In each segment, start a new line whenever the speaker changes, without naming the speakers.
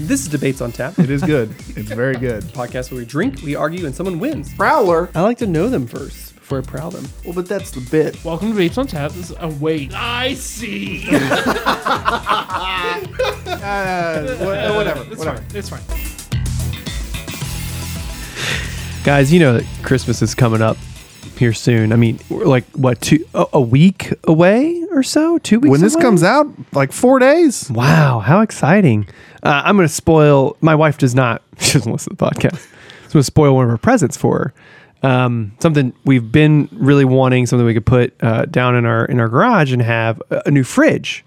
This is Debates on Tap,
It is good. It's very good.
a podcast where we drink, we argue, and someone wins.
Prowler.
I like to know them first before I prowl them.
Well, but that's the bit.
Welcome to Babes on Tap. This is, oh, wait. I see.
Uh, wha- whatever.
It's
Whatever.
fine. It's fine.
Guys, you know that Christmas is coming up here soon. I mean, we're like, what, two, a, a week away or so? Two weeks
When this
away?
comes out, like four days.
Wow, how exciting. Uh, I'm going to spoil. My wife does not, she doesn't listen to the podcast. So I'm going to spoil one of her presents for her. Um, something we've been really wanting, something we could put uh, down in our in our garage and have a, a new fridge.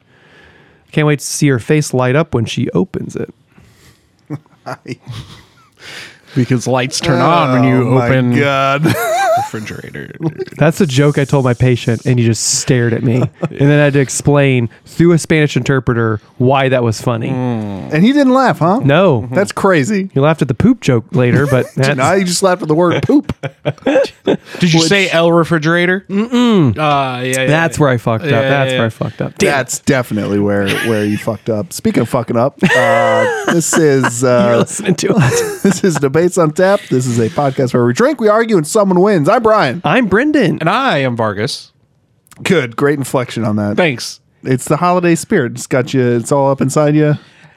Can't wait to see her face light up when she opens it.
because lights turn on when you
Oh, my
open
God.
refrigerator.
That's a joke I told my patient, and he just stared at me. And then I had to explain through a Spanish interpreter why that was funny.
Mm.
and he didn't laugh, huh?
No,
Mm-hmm.
That's crazy.
you laughed at the poop joke later, but that's,
Now you just laughed at the word poop.
Did you say L refrigerator? Mm-mm. Uh, yeah, yeah,
that's where I fucked up.
Yeah, yeah,
that's where
yeah.
I fucked up.
That's definitely where where you fucked up. Speaking of fucking up, uh, this is uh,
listening to it.
this is debates on tap. This is a podcast where we drink, we argue, and someone wins. I'm Brian.
I'm Brendan.
And I am Vargas.
Good, great inflection on that.
Thanks.
It's the holiday spirit. It's got you. It's all up inside you.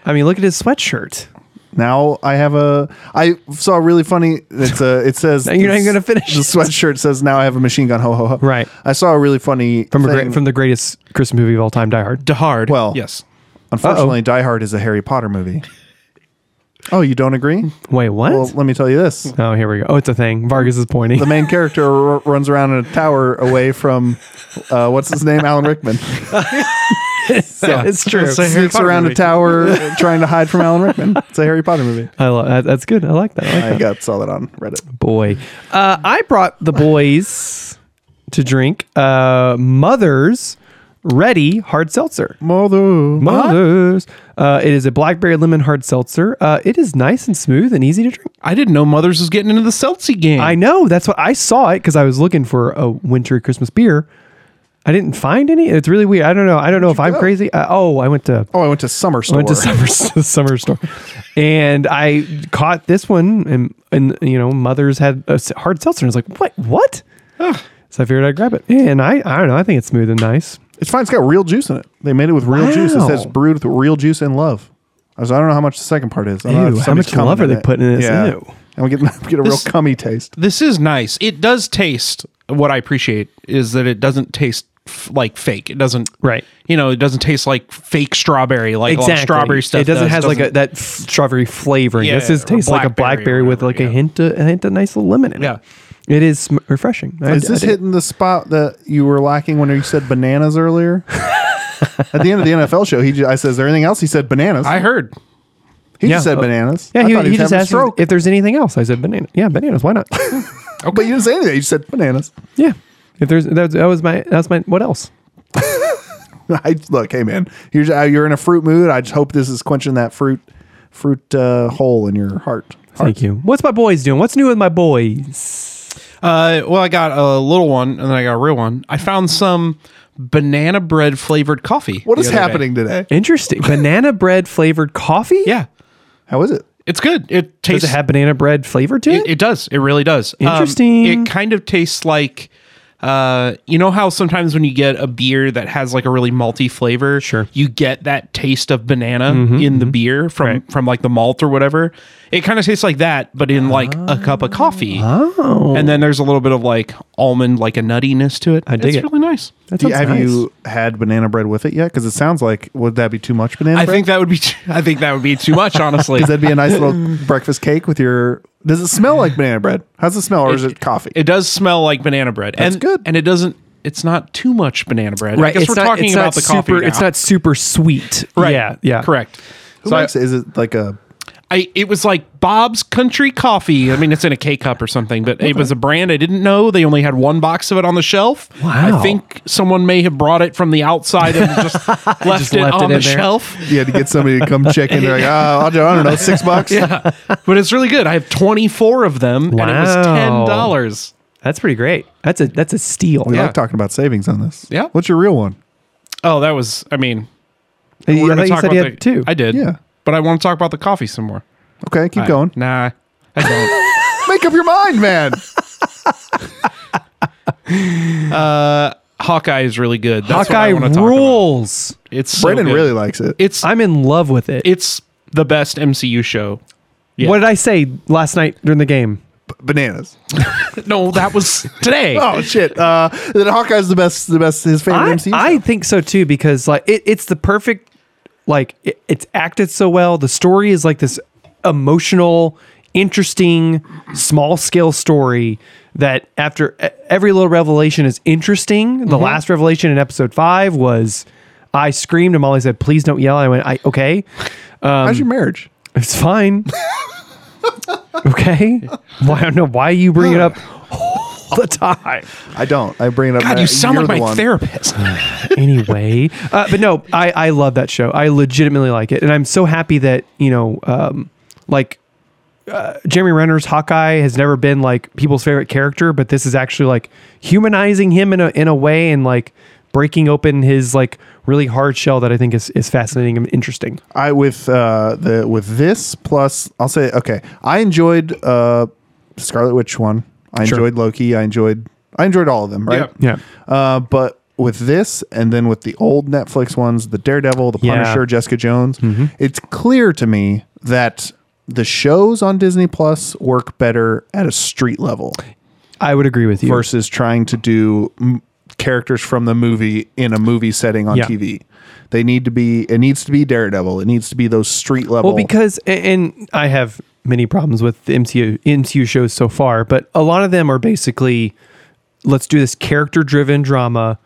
I mean, look at his sweatshirt.
Now I have a. I saw a really funny. It's a. It says
Now you're not even gonna finish
The
this.
sweatshirt says now I have a machine gun. Ho ho ho.
Right.
I saw a really funny
From, a
thing.
great, from the greatest Christmas movie of all time, Die Hard.
De Hard.
Well-
yes.
Unfortunately, Die Hard is a Harry Potter movie. Oh, you don't agree?
Wait, what?
Well, let me tell you this.
oh, here we go. Oh, it's a thing. Vargas is pointing.
The main character r- runs around in a tower away from uh, what's his name, Alan Rickman.
yeah, it's true.
It's a Harry
Sneaks
Potter
around
movie.
a tower trying to hide from Alan Rickman. It's a Harry Potter movie.
I love that. That's good. I like that. I like
I got saw that on Reddit.
that. Boy. Uh, I brought the boys to drink uh, Mother's Ready Hard Seltzer.
Mother.
Mother's. Uh, it is a blackberry lemon hard seltzer. Uh, it is nice and smooth and easy to drink.
I didn't know Mothers was getting into the Celtic game.
I know. That's what I saw it because I was looking for a winter Christmas beer. I didn't find any. It's really weird. I don't know. I don't know if I'm
go?
crazy. Uh, oh, I went to
Oh, I went to Summer
I
Store.
went to summer summer store, and I caught this one, and and you know, mother's had a s- hard seltzer. And I was like, what? What? So I figured I'd grab it, and I I don't know. I think it's smooth and nice.
It's fine. It's got real juice in it. They made it with real juice. It
Wow.
says brewed with real juice and love. I, was, I don't know how much the second part is. I don't know
Ew,
if
how
somebody's
much love
coming
are they
it.
putting in this?
Yeah.
Ew.
And we get, we get a real
This-
cummy taste.
this is nice. It does taste. What I appreciate is that it doesn't taste f- like fake. It doesn't.
Right.
You know, it doesn't taste like fake strawberry. Like a lot of strawberry stuff.
It doesn't
does.
has like a, that f- strawberry flavoring.
Yeah,
this is
or
tastes like a
blackberry or
blackberry with like
whatever,
a
yeah.
hint of, a hint of nice little lemon in
Yeah.
it. It is sm- refreshing. I-
Is
I
this
did.
hitting the spot that you were lacking when you said bananas earlier? At the end of the NFL show, he ju- I said, "Is there anything else?" He said bananas.
I heard.
he
Yeah.
just said bananas.
Yeah,
I
he,
thought
he
was
just
having a
asked if-
stroke.
if there's anything else. I said banana. Yeah, bananas. Why not?
but you didn't say anything. You just said bananas.
yeah. If there's that was, that was my that's my what else?
I look, hey man, you're just- uh, you're in a fruit mood. I just hope this is quenching that fruit fruit uh, hole in your heart.
Thank you. What's my boys doing? What's new with my boys?
Uh, well, I got a little one, and then I got a real one. I found some banana bread flavored coffee.
What
the
is
other day.
happening today?
Interesting. banana bread flavored coffee.
Yeah,
How is it?
it's good. It
Does
tastes.
it have banana bread flavor to it?
it, it does. It really does. Um,
Interesting.
it kind of tastes like. Uh, you know how sometimes when you get a beer that has like a really malty flavor,
Sure. Mm-hmm,
you get that taste of banana in the beer from from like the malt or whatever. It kind of tastes like that, but in like a cup of coffee. Oh, and then there's a little bit of like almond, like a nuttiness to it. I
dig it.
it's Really nice.
That
Do you,
sounds
have
nice.
you had banana bread with it yet? Because it sounds like would that be too much banana
I
bread?
think that would be. Too, I think that would be too much. Honestly,
That'd be a nice little breakfast cake with your. Does it smell like banana bread? How's it smell, or is it coffee?
it does smell like banana bread.
That's
and,
good.
And it doesn't. It's not too much banana bread. I
Right.
guess
It's
we're
not,
talking
it's
about
not
the
super,
coffee.
It's
now.
not super sweet.
Right.
Yeah. Yeah.
Correct.
Who
So I,
makes it? Is it like a?
I it was like Bob's Country Coffee. I mean, it's in a K cup or something, but it was a brand I didn't know. They only had one box of it on the shelf.
Wow.
I think someone may have brought it from the outside and just left it
left it
on
in
the
there.
shelf.
You had to get somebody to come check in. They're like, oh, I'll do, I don't know, six bucks.
Yeah, but it's really good. I have twenty four of them, and it was
Wow.
ten dollars.
That's pretty great. That's a that's a steal.
We
Yeah.
like talking about savings on this.
Yeah.
What's your real one?
Oh, that was. I mean,
Hey,
we're
I
going
thought you
to talk
said
about
you
the
had two.
I did.
Yeah.
but I want to talk about the coffee some more.
Okay, keep
I-
going.
Nah, I don't.
Make up your mind, man.
Hawkeye is really good. That's
Hawkeye
what I want to talk about.
rules.
It's so
Brendan
good.
really likes it.
It's
I'm in love with it.
it's the best MCU show. Yeah.
What did I say last night during the game?
Bananas.
No, that was today.
Oh shit. Uh, that Hawkeye's the best. The best. His favorite
I,
MC.
I think so too because like it, it's the perfect like it, it's acted so well. The story is like this emotional, interesting, small scale story that after e- every little revelation is interesting. The last revelation in episode five was I screamed and Molly said, "Please don't yell." I went, "I okay,
um,
How's your marriage?
it's fine." okay, why I don't know why you bring it up all the time.
I don't. I bring it up.
God,
I-
you sound
you're
like my
the one.
therapist.
anyway. Uh, but no, I, I love that show. I legitimately like it. And I'm so happy that, you know, um, like uh, Jeremy Renner's Hawkeye has never been like people's favorite character, but this is actually like humanizing him in a, in a way and like breaking open his like really hard shell that I think is, is fascinating and interesting.
I with uh the with this plus I'll say okay. I enjoyed uh Scarlet Witch one. I
Sure.
enjoyed Loki. I enjoyed I enjoyed all of them, right?
Yeah.
Uh but with this and then with the old Netflix ones, the Daredevil, the
Yeah. Mm-hmm.
Punisher, Jessica Jones, it's clear to me that the shows on Disney Plus work better at a street level
I would agree with you.
versus trying to do m- characters from the movie in a movie setting on
Yeah.
TV. They need to be. It needs to be Daredevil. It needs to be those street level.
Well, because a- and I have many problems with the MCU MCU shows so far, but a lot of them are basically let's do this character driven drama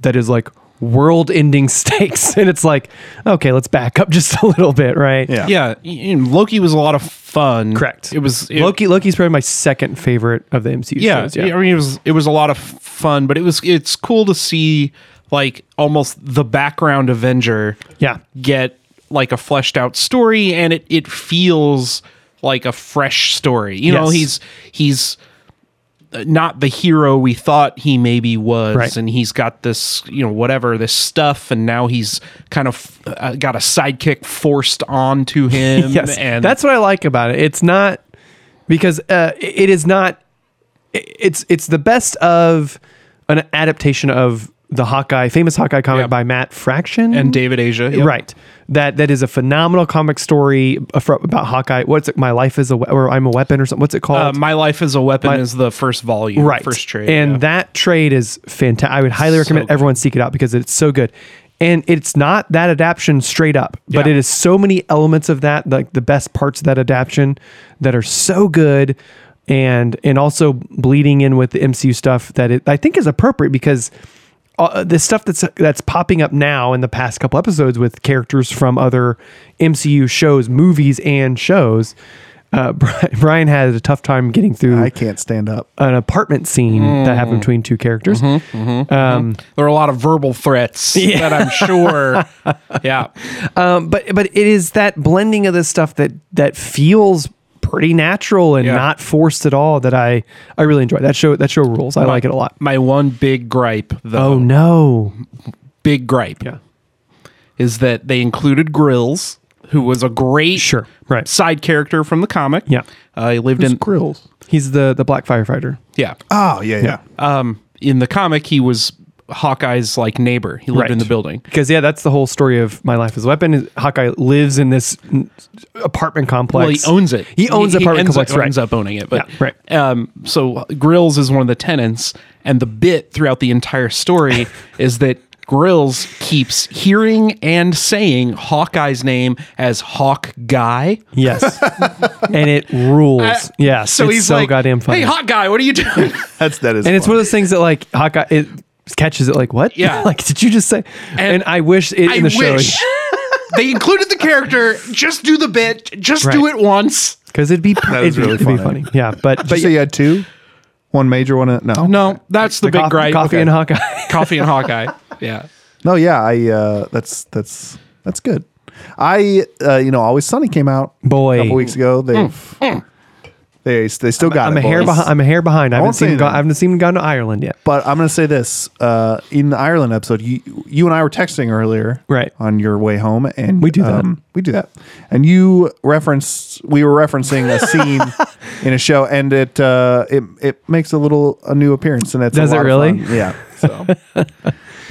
that is like world ending stakes and it's like okay let's back up just a little bit right
Yeah.
yeah, y- y- Loki was a lot of fun.
correct
It was it-
loki loki's probably my second favorite of the mcu
Yeah,
shows yeah
I mean it was it was a lot of fun, but it was it's cool to see like almost the background Avenger
yeah
get like a fleshed out story and it it feels like a fresh story. You know,
Yes.
he's he's uh, not the hero we thought he maybe was
Right.
and he's got this you know whatever this stuff and now he's kind of uh, got a sidekick forced onto him
yes
and
that's what i like about it it's not because uh, it is not it- it's it's the best of an adaptation of the hawkeye famous hawkeye comic
Yeah.
by matt fraction
and David Asia. Yep.
Right. That that is a phenomenal comic story uh, fro- about Hawkeye. What's it? My life is a we- or I'm a weapon or something. What's it
Uh,
called?
My Life as a Weapon is the first volume,
right.
first trade.
And
yeah.
that trade is fantastic. I would highly recommend
good.
everyone seek it out because it's so good. And it's not that adaptation straight up, but
Yeah.
it is so many elements of that, like the best parts of that adaptation that are so good and and also bleeding in with the MCU stuff that it, I think is appropriate because uh, the stuff that's that's popping up now in the past couple episodes with characters from other MCU shows, movies, and shows. Uh, Brian had a tough time getting through
I can't stand up.
an apartment scene that happened
Hmm.
between two characters.
Mm-hmm. there are a lot of verbal threats that I'm sure. yeah.
Um, but but it is that blending of this stuff that that feels pretty natural and
Yeah.
not forced at all that I I really enjoy. That show that show rules. I like it a lot.
My one big gripe, though,
Oh no.
big gripe,
Yeah.
is that they included Grills, who was a great
Sure. Right.
side character from the comic.
Yeah.
Uh, he lived in
grills.
He's the the black firefighter.
yeah.
Oh yeah, yeah.
Uh,
Um, in the comic, he was Hawkeye's like neighbor. He lived in the building.
Because yeah, that's the whole story of My Life as a Weapon. is Hawkeye lives in this mm, apartment complex.
Well, he owns it.
He owns the apartment
ends up-
complex. right.
Ends up owning it, but
Yeah, right.
Um, so Grills is one of the tenants, and the bit throughout the entire story is that Grills keeps hearing and saying Hawkeye's name as Hawk Guy.
Yes. and it rules. yes.
Uh, So
it's
he's
so
like,
goddamn funny.
Hey, Hawk Guy, what are you doing?
That's that is.
and it's
fun.
one of those things that like Hawkeye it catches it like what?
Yeah.
like did you just say? And, I wish it
I
in the
wish.
show
They included the character. Just do the bit. Just do
Right.
it once.
because it'd be it'd,
was
be-
really
it'd be funny.
funny.
Yeah, but
Did
but
you say you had two? One major, one uh, no.
No, that's the, big
coffee,
gripe.
coffee
Okay.
and Hawkeye.
coffee and Hawkeye. Yeah.
No, yeah. I uh, that's that's that's good. I uh, you know, Always Sunny came out
Boy. Mm.
a couple weeks ago. They've They they still got
I'm
it.
a hair
boys.
behind. I'm a hair behind. I haven't
won't say
seen. Go-
anything.
I haven't seen gone to Ireland yet.
But I'm going to say this uh, in the Ireland episode. You, you and I were texting earlier,
Right.
on your way home, and um,
We do that.
we do that. And you referenced we were referencing a scene in a show, and it uh, it it makes a little a new appearance, and that's a
Does it
lot of
really?
fun. Yeah. So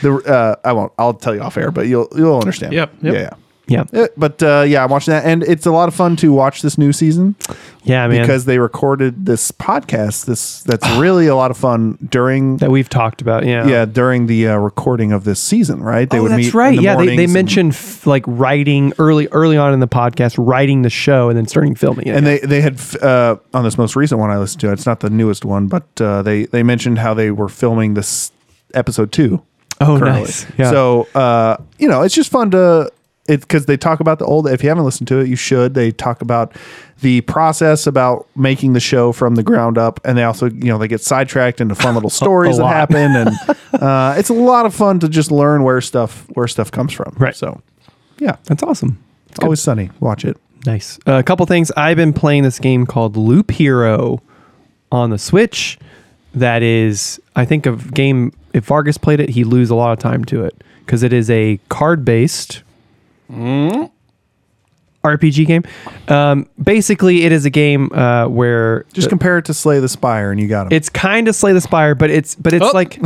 the uh, I won't. I'll tell you off air, but you'll you'll understand.
Yep, yep.
Yeah. yeah.
Yeah,
Uh, But uh, yeah, I'm watching that, and it's a lot of fun to watch this new season
yeah, man.
because they recorded this podcast. This that's really a lot of fun during
that we've talked about. Yeah,
yeah during the uh, recording of this season, right? They
Oh, that's right.
in the
yeah, they, they
mornings
mentioned f- like writing early, early on in the podcast, writing the show, and then starting filming it.
and, and they they had f- uh, on this most recent one I listened to. It's not the newest one, but uh, they they mentioned how they were filming this episode two.
oh,
currently.
nice. Yeah.
So uh, you know, it's just fun to it because they talk about the old. If you haven't listened to it, you should. They talk about the process about making the show from the ground up, and they also you know they get sidetracked into fun little stories that
lot.
happen, and uh, it's a lot of fun to just learn where stuff where stuff comes from.
Right.
So yeah,
that's awesome.
it's always sunny. Watch it.
Nice. Uh, a couple things. I've been playing this game called Loop Hero on the Switch. That is, I think, a game. If Vargas played it, he'd lose a lot of time to it because it is a card based RPG game. Um, basically, it is a game uh, where
Just compare it to Slay the Spire, and you got 'em.
it's kind of Slay the Spire, but it's but it's
Oh.
like,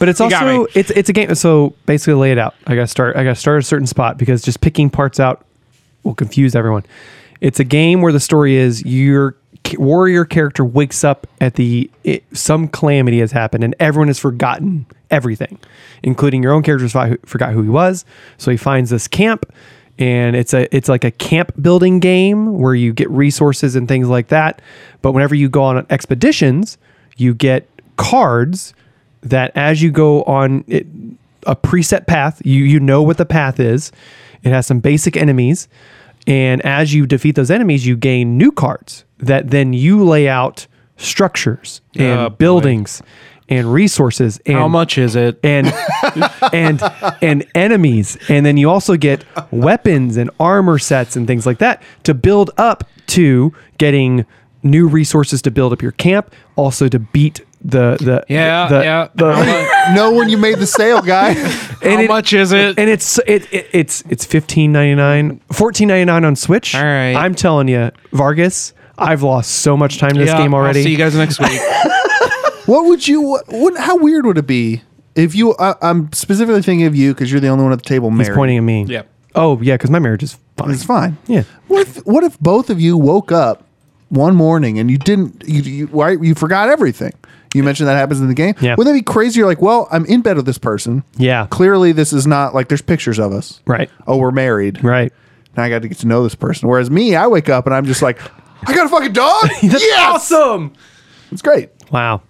but it's
got
also
me.
it's it's a game. So basically, lay it out. I gotta start. I gotta start at a certain spot because just picking parts out will confuse everyone. It's a game where the story is your ca- warrior character wakes up at the it, some calamity has happened and everyone has forgotten everything, including your own character fi- forgot who he was. So he finds this camp. And it's a it's like a camp building game where you get resources and things like that. But whenever you go on expeditions, you get cards that as you go on it, a preset path, you you know what the path is. It has some basic enemies, and as you defeat those enemies, you gain new cards that then you lay out structures and
Ah, boy.
buildings and resources and
How much is it?
and and and enemies and then you also get weapons and armor sets and things like that to build up to getting new resources to build up your camp also to beat the the
Yeah,
the,
yeah.
the-
how mu-
know when you made the sale, guy.
and
how
it-
much is it?
and it's it, it it's it's 15.99 14.99 on switch
All right.
i'm telling you vargas i've lost so much time to this
Yeah,
game
I'll
already
see you guys next week.
What would you? What, what? How weird would it be if you? I, I'm specifically thinking of you because you're the only one at the table. Married.
he's pointing at me
Yep.
oh yeah because my marriage is fine
Mm.
It's fine.
Yeah.
What if? What if both of you woke up one morning and you didn't? You you, why, you forgot everything. You mentioned that happens in the game.
Yeah.
Wouldn't that be crazy? You're like, well, I'm in bed with this person.
Yeah.
Clearly, this is not like there's pictures of us.
Right.
Oh, we're married.
right
Now I got to get to know this person. Whereas me, I wake up and I'm just like, I got a fucking dog.
that's
yes,
awesome
it's great.
wow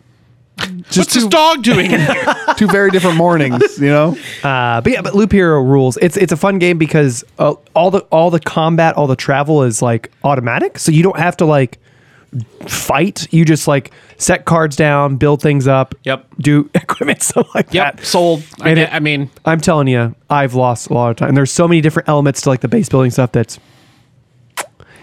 What's this dog doing? in here?
Two very different mornings. You know.
Uh, but yeah, but Loop Hero rules. It's it's a fun game because uh, all the all the combat, all the travel is like automatic, so you don't have to like fight. You just like set cards down, build things up.
Yep.
Do equipment stuff like
yep,
that.
sold. I,
And
ge-
it-
I mean,
I'm telling you, I've lost a lot of time. And there's so many different elements to like the base building stuff. That's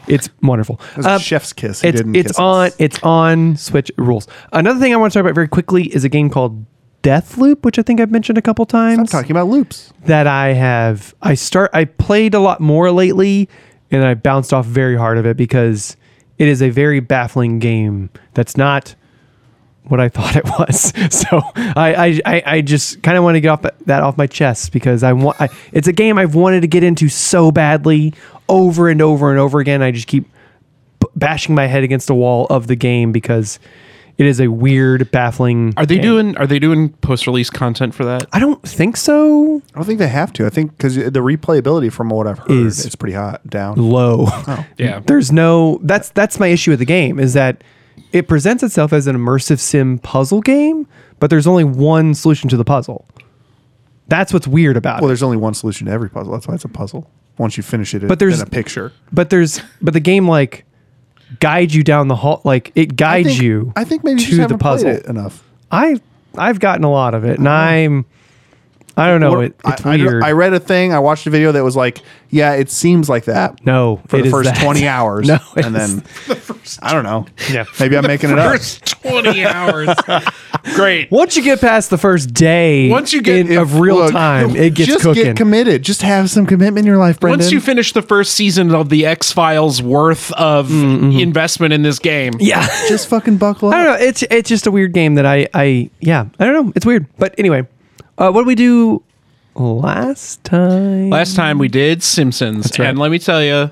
it's wonderful.
It was a
Um,
chef's kiss. He
it's
didn't
it's
kiss
on
us.
it's on Switch rules. Another thing I want to talk about very quickly is a game called Deathloop, which I think I've mentioned a couple times
I'm talking about loops.
that I have I start I played a lot more lately and I bounced off very hard of it because it is a very baffling game that's not what I thought it was. So I I, I, I just kind of want to get off that off my chest because I want I, it's a game I've wanted to get into so badly over and over and over again. I just keep b- bashing my head against the wall of the game because it is a weird, baffling.
are they
game.
doing are they doing post release content for that?
I don't think so.
I don't think they have to. I think because the replayability, from what I've heard,
Is-
is pretty hot down.
Low.
Yeah.
there's no that's that's my issue with the game is that it presents itself as an immersive sim puzzle game but there's only one solution to the puzzle that's what's weird about
Well,
it
there's only one solution to every puzzle. That's why it's a puzzle. Once you finish it,
But
but
there's-
there's a picture.
but there's but the game like guides you down the hall like it
I
guides
think,
you
I think maybe
to
you just
the
haven't played
puzzle
it enough.
i i've gotten a lot of it and i'm I don't know.
Or-
Oh, It, it's
Uh-huh. I, I-
weird.
I, read a thing. I watched a video that was like, yeah, it seems like that.
no,
for
it
the
is
first
that.
twenty hours.
No, it
and then I don't know.
Yeah.
maybe I'm making it up.
Twenty hours. Great.
Once you get past the first day,
Once you get-
in, of real
Look,
time, it gets
just
cooking.
get committed. Just have some commitment in your life, Brendan.
Once you finish the first season of the X Files worth of investment in this game,
yeah,
just fucking buckle
I
up.
don't know. It's it's just a weird game that I I yeah I don't know. It's weird. But anyway, uh, what did we do last time?
last time we did Simpsons,
right.
and let me tell you,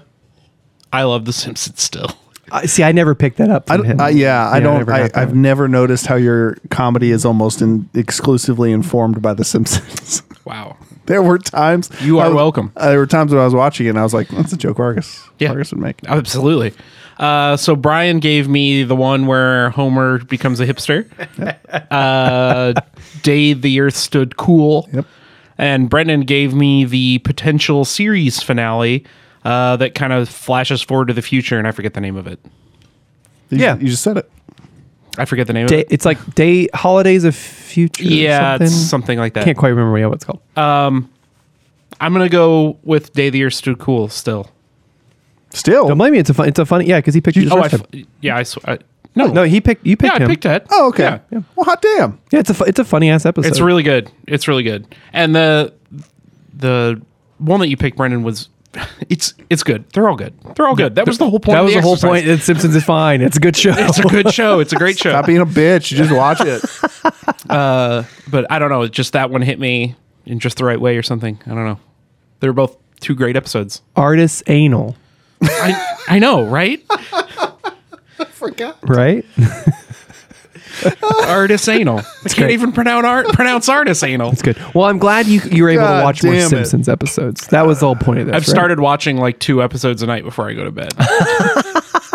I love the Simpsons still.
I, see, I never picked that up. From
I don't-
him.
uh,
I- yeah, I don't.
never
I,
got that.
I've never noticed how your comedy is almost in, exclusively informed by The Simpsons.
Wow.
there were times
You are
I was-
welcome.
uh, there were times when I was watching it, and I was like, "That's a joke Vargas.
Yeah.
Vargas would make."
Absolutely. Uh, so Brian gave me the one where Homer becomes a hipster. uh, Day the Earth Stood Cool.
Yep.
And Brendan gave me the potential series finale uh, that kind of flashes forward to the future, and I forget the name of it.
You-
Yeah.
you just said it.
I forget the name
Day,
of it.
it's like day holidays of future. or
Yeah,
something.
it's Uh, something like that.
can't quite remember what it's called.
I'm gonna go with Day the Earth Stood Cool still.
Still,
don't blame me. It's a fun. It's a funny. Yeah, because he picked. You,
Oh, I f- yeah, I, sw- I no,
no, he picked. You picked
yeah, I
him.
picked that.
Oh, okay.
Yeah.
Well, hot damn.
Yeah, it's a fu- it's a funny ass episode.
It's really good. It's really good. And the the one that you picked, Brendan, was it's it's good. They're all good. They're all good. That was the whole point.
That
of
was the whole
exercise.
point. That Simpsons is fine. It's a good show.
It's a good show. It's a great show.
Stop being a bitch. You Just watch it.
But I don't know. Just that one hit me in just the right way or something. I don't know. They were both two great episodes.
Artist anal,
I I know, right?
Forgot.
right?
Artist anal. Can't
great.
even pronounce art pronounce artist anal.
It's good. Well, I'm glad you you were able
God
to watch more
damn it.
Simpsons episodes. That was the whole point of this.
I've
right?
started watching like two episodes a night before I go to bed.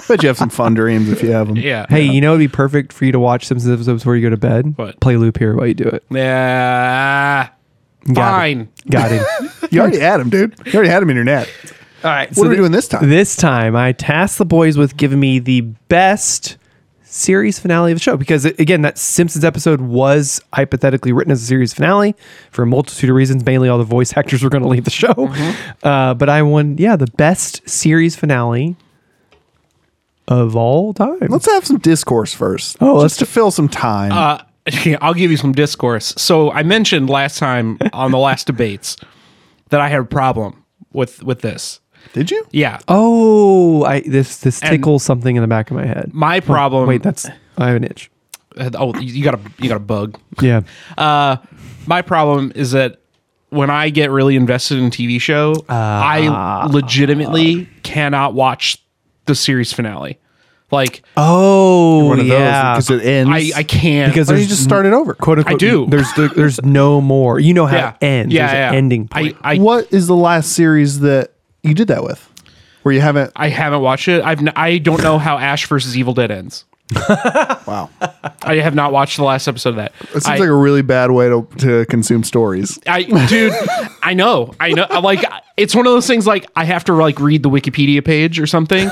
Bet you have some fun dreams if you have them.
Yeah.
Hey, you know it'd be perfect for you to watch Simpsons episodes before you go to bed.
What?
Play loop here while you do it.
Yeah. Fine.
Got it.
You already had them, dude. You already had them in your net.
All right.
are we doing this time?
This time, I tasked the boys with giving me the best series finale of the show because a- again, that Simpsons episode was hypothetically written as a series finale for a multitude of reasons. Mainly, all the voice actors were going to leave the show.
Mm-hmm.
Uh, but I won. Yeah, the best series finale of all time.
Let's have some discourse first.
Oh, let's
just to fill some time.
Uh, I'll give you some discourse. So I mentioned last time on the last debates that I had a problem with with this.
Did you?
Yeah,
oh, I this this tickles something in the back of my head.
my problem.
Oh, Wait, that's I have an itch.
oh, you you got a you got a bug.
Yeah.
Uh, my problem is that when I get really invested in a TV show,
Ah.
I legitimately cannot watch the series finale. Like
Oh,
One of
yeah.
those because it ends.
I I can't
Because
Why don't you
there's
just start it over?
quote unquote.
do.
There's there- there's no more. You know how
yeah
it ends.
Yeah,
there's
yeah.
an ending
I
point.
I,
what is the last series that you did that with, where you haven't?
I haven't watched it. I've n- I don't know how Ash versus Evil Dead ends.
Wow,
I have not watched the last episode of that.
it seems
I-
like a really bad way to, to consume stories.
I dude, I know, I know. Like it's one of those things. Like I have to like read the Wikipedia page or something.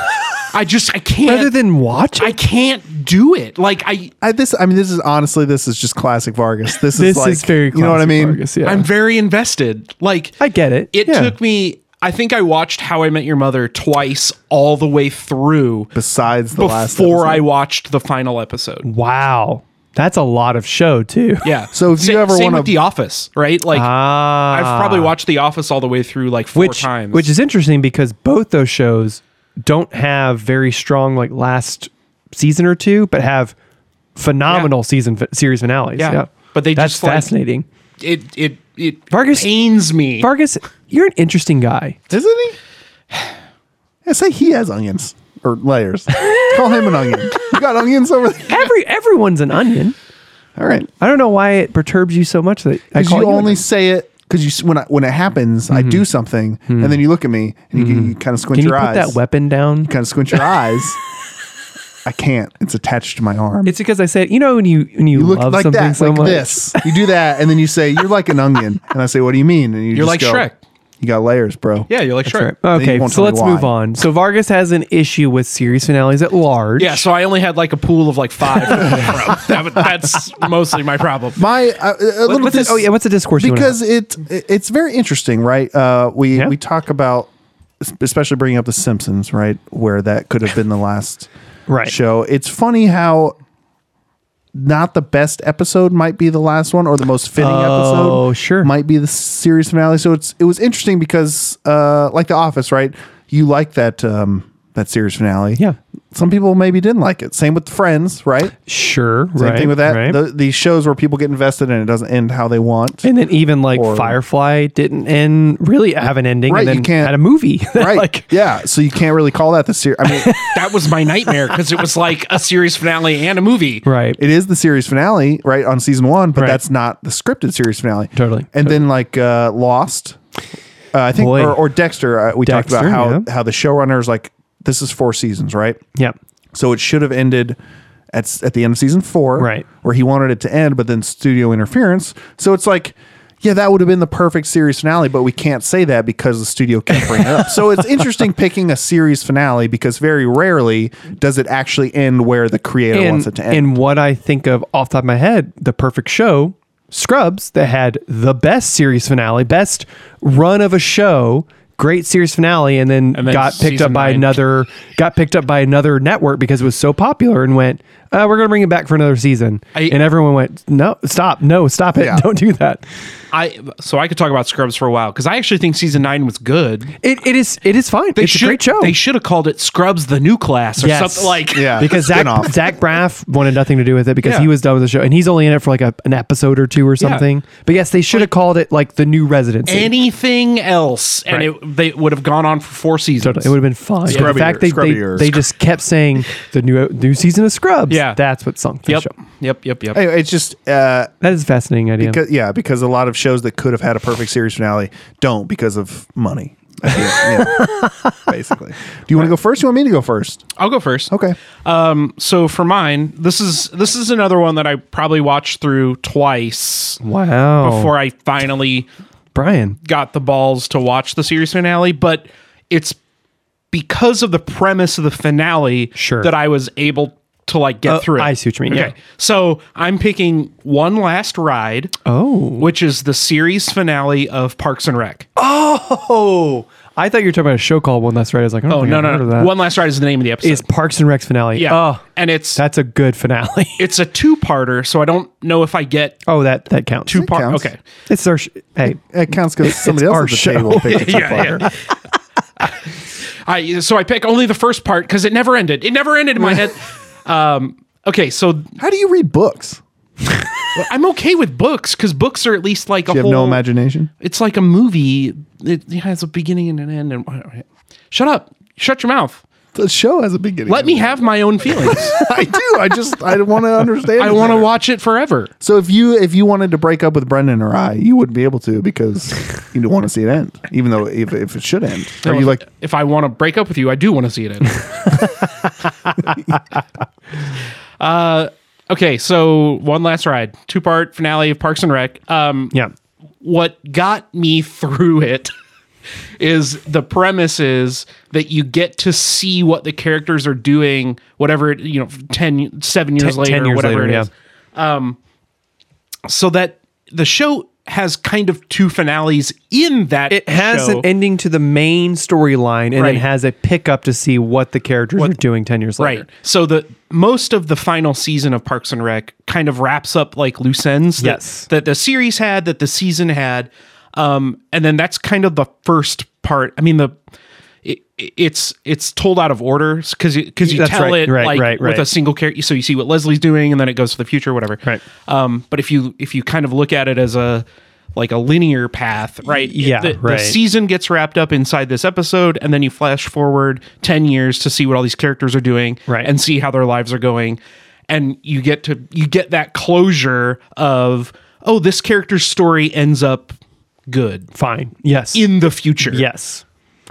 I just I can't.
Rather than watch
I
it,
can't do it. Like I,
I, this, I mean, this is honestly, this is just classic Vargas. This,
this
is like,
is very.
you know what I
classic
mean?
Vargas, yeah.
I'm very invested. Like
I get it.
It
Yeah.
took me. I think I watched How I Met Your Mother twice all the way through
Besides the last,
before I
episode.
watched the final episode.
wow, that's a lot of show too.
Yeah.
So if you ever
same
wanna-
with The Office, right? Like
Ah,
I've probably watched The Office all the way through like four
which
times.
which is interesting because both those shows don't have very strong like last season or two, but have phenomenal season fi- series finales.
Yeah.
Yeah,
But they
that's
just, like-
fascinating.
it it it
Vargas-
pains me.
Vargas, you're an interesting guy.
isn't he? Yeah, say he has onions or layers. Call him an onion. You got onions over there.
Every everyone's an onion.
All right.
I don't know why it perturbs you so much that I
Because
call
you
you,
only
only.
say it because you s- when I, when it happens, I do something, and then you look at me and you, you kind of squint
Mm-hmm. Can you
your
put
eyes.
that weapon down?
Kind of squint your eyes. I can't. It's attached to my arm.
It's because I said, you know, when you when you,
you look
love
like
something
that,
so
like
much,
this. You do that, and then you say, "You're like an onion," and I say, "What do you mean?" And you
You're
just
like
go,
Shrek.
You got layers, bro.
Yeah, you're like, sure.
you
Okay,
won't
so
tell me
let's
why.
move on. So Vargas has an issue with series finales at large.
Yeah, so I only had like a pool of like five. to pick from. That would- that's mostly my problem.
My uh, a little
What's
bit.
this, oh yeah, what's the discourse? you wanna
because it it's very interesting, right? Uh, we
Yeah.
we talk about especially bringing up the Simpsons, right? Where that could have been the last
have? right.
show. It's funny how not the best episode might be the last one or the most fitting episode.
Oh, sure.
Might be the series finale. So it's it was interesting because uh like The Office, right? You like that um that series finale.
Yeah.
Some people maybe didn't like it. Same with Friends, right?
Sure.
Same
right,
thing with that.
right.
The, these shows where people get invested and it doesn't end how they want.
and then even like
Or-
Firefly didn't end really have an ending,
Right,
and then
you can't-
had a movie.
right.
like
yeah. So you can't really call that the series. I mean,
That was my nightmare because it was like a series finale and a movie.
right.
it is the series finale, right, on season one, but
Right.
that's not the scripted series finale.
Totally,
And then like uh, Lost, uh, I think,
Boy.
or, or Dexter. Uh, we talked
Dexter,
about how
yeah.
how the showrunner is like, this is four seasons, right?
yep.
So it should have ended at s- at the end of season four,
Right.
Where he wanted it to end, but then studio interference. So it's like. Yeah, that would have been the perfect series finale, but we can't say that because the studio can't bring it up. So it's interesting picking a series finale because very rarely does it actually end where the creator wants it
And,
to end.
and what I think of off the top of my head, the perfect show, Scrubs, that had the best series finale, best run of a show, great series finale, and then,
then
got picked up
season
by
nine.
another got picked up by another network because it was so popular and went, uh, we're gonna bring it back for another season.
I-
and everyone went, No, stop, no, stop it,
Yeah.
don't do that.
I so I could talk about Scrubs for a while because I actually think season nine was good.
It, it is it is fine.
They
it's
should,
a great show.
They should have called it Scrubs the New Class or
Yes.
something like.
yeah,
because Zach,
spin-off.
Zach Braff wanted nothing to do with it because
Yeah.
he was done with the show and he's only in it for like a, an episode or two or something. But yes, they should have called it like the new residency.
Anything else, and it, they would have gone on for four seasons.
Totally. It would have been fine. But
Scrubbier,
the fact they, they,
scrubbier.
they just kept saying the new new season of Scrubs.
Yeah.
That's what sunk the
Yep.
show.
Yep. Yep. Yep.
anyway, it's just uh,
That is a fascinating idea.
Because, yeah, because a lot of shows that could have had a perfect series finale don't because of money. I feel, yeah, basically. Do you want to go first? You want me to go first?
I'll go first.
Oh.
Okay.
Um, so for mine, this is this is another one that I probably watched through twice
wow.
before I finally
Brian.
got the balls to watch the series finale, but it's because of the premise of the finale
Sure.
that I was able to like get
Oh,
through.
I see what you mean, yeah.
So I'm picking One Last Ride,
Oh.
which is the series finale of Parks and Rec. Oh,
Oh. I thought you were talking about a show called One Last Right. I was like, I don't think
Oh, no,
I've
no,
heard
no.
of that.
One Last Ride is the name of the episode.
is Parks and Rec's finale.
yeah.
Oh,
and it's
that's a good finale.
it's a two parter, so I don't know if I get
oh, that that counts.
two part
counts.
okay.
It's our sh- hey.
It counts because somebody
it's
else
our
at the
show.
table picked it up.
yeah, yeah. I so I pick only the first part because it never ended. It never ended in my head. Um, okay, so
How do you read books?
I'm okay with books because books are at least like a
You have
whole.
no imagination.
It's like a movie. It has a beginning and an end. And shut up, shut your mouth.
The show has a beginning.
Let me have my own feelings.
I do. I just I want to understand.
I
it
want to
better.
watch it forever.
So if you if you wanted to break up with Brendan or I, you wouldn't be able to because you don't want to see it end, even though if, if it should end. Are you like
if I want to break up with you, I do want to see it end. uh, okay, so one last ride, two part finale of Parks and Rec. Um,
Yeah.
what got me through it is the premise is that you get to see what the characters are doing whatever it- you know 10 7 years
Ten-
later
10 years
whatever
later,
it is um so that the show has kind of two finales in that
It has
show.
an ending to the main storyline and
Right.
then has a pickup to see what the characters are doing 10 years later.
Right. So the most of the final season of Parks and Rec kind of wraps up like loose ends that,
Yes.
that the series had, that the season had. Um, and then that's kind of the first part. I mean, the it, it's it's told out of order because you, cause you
That's
tell
right,
it
right,
like
right,
with
right.
a single character. So you see what Leslie's doing, and then it goes to the future, whatever.
Right.
Um, but if you if you kind of look at it as a like a linear path, right?
yeah,
the, the
right.
season gets wrapped up inside this episode, and then you flash forward 10 years to see what all these characters are doing
Right.
and see how their lives are going. And you get to you get that closure of, oh, this character's story ends up good
Fine. Yes.
in the future.
Yes.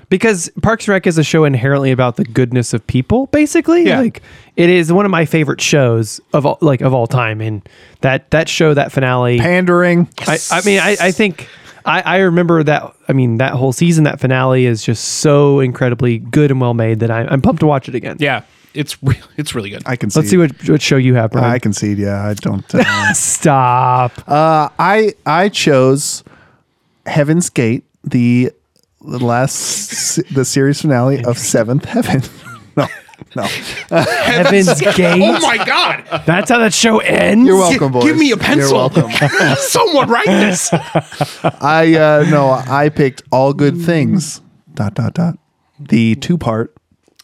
Because Parks and Rec is a show inherently about the goodness of people, basically.
Yeah.
Like it is one of my favorite shows of all like of all time. And that that show, that finale
pandering?
I, I mean I, I think I, I remember that. I mean, that whole season, that finale is just so incredibly good and well made that I, I'm pumped to watch it again.
Yeah, it's re- it's really good.
I can see.
Let's see what, what show you have, Brian.
I concede. Yeah, I don't. Uh,
Stop.
uh, I I chose Heaven's Gate, the last the series finale of Seventh Heaven. no, no.
Heaven's
Oh
Gate.
my god!
That's how that show ends.
You're welcome, boys.
Give me a
You're
pencil.
welcome.
Someone write this.
I uh, no. I picked All
Mm.
Good Things. Dot dot dot. The two part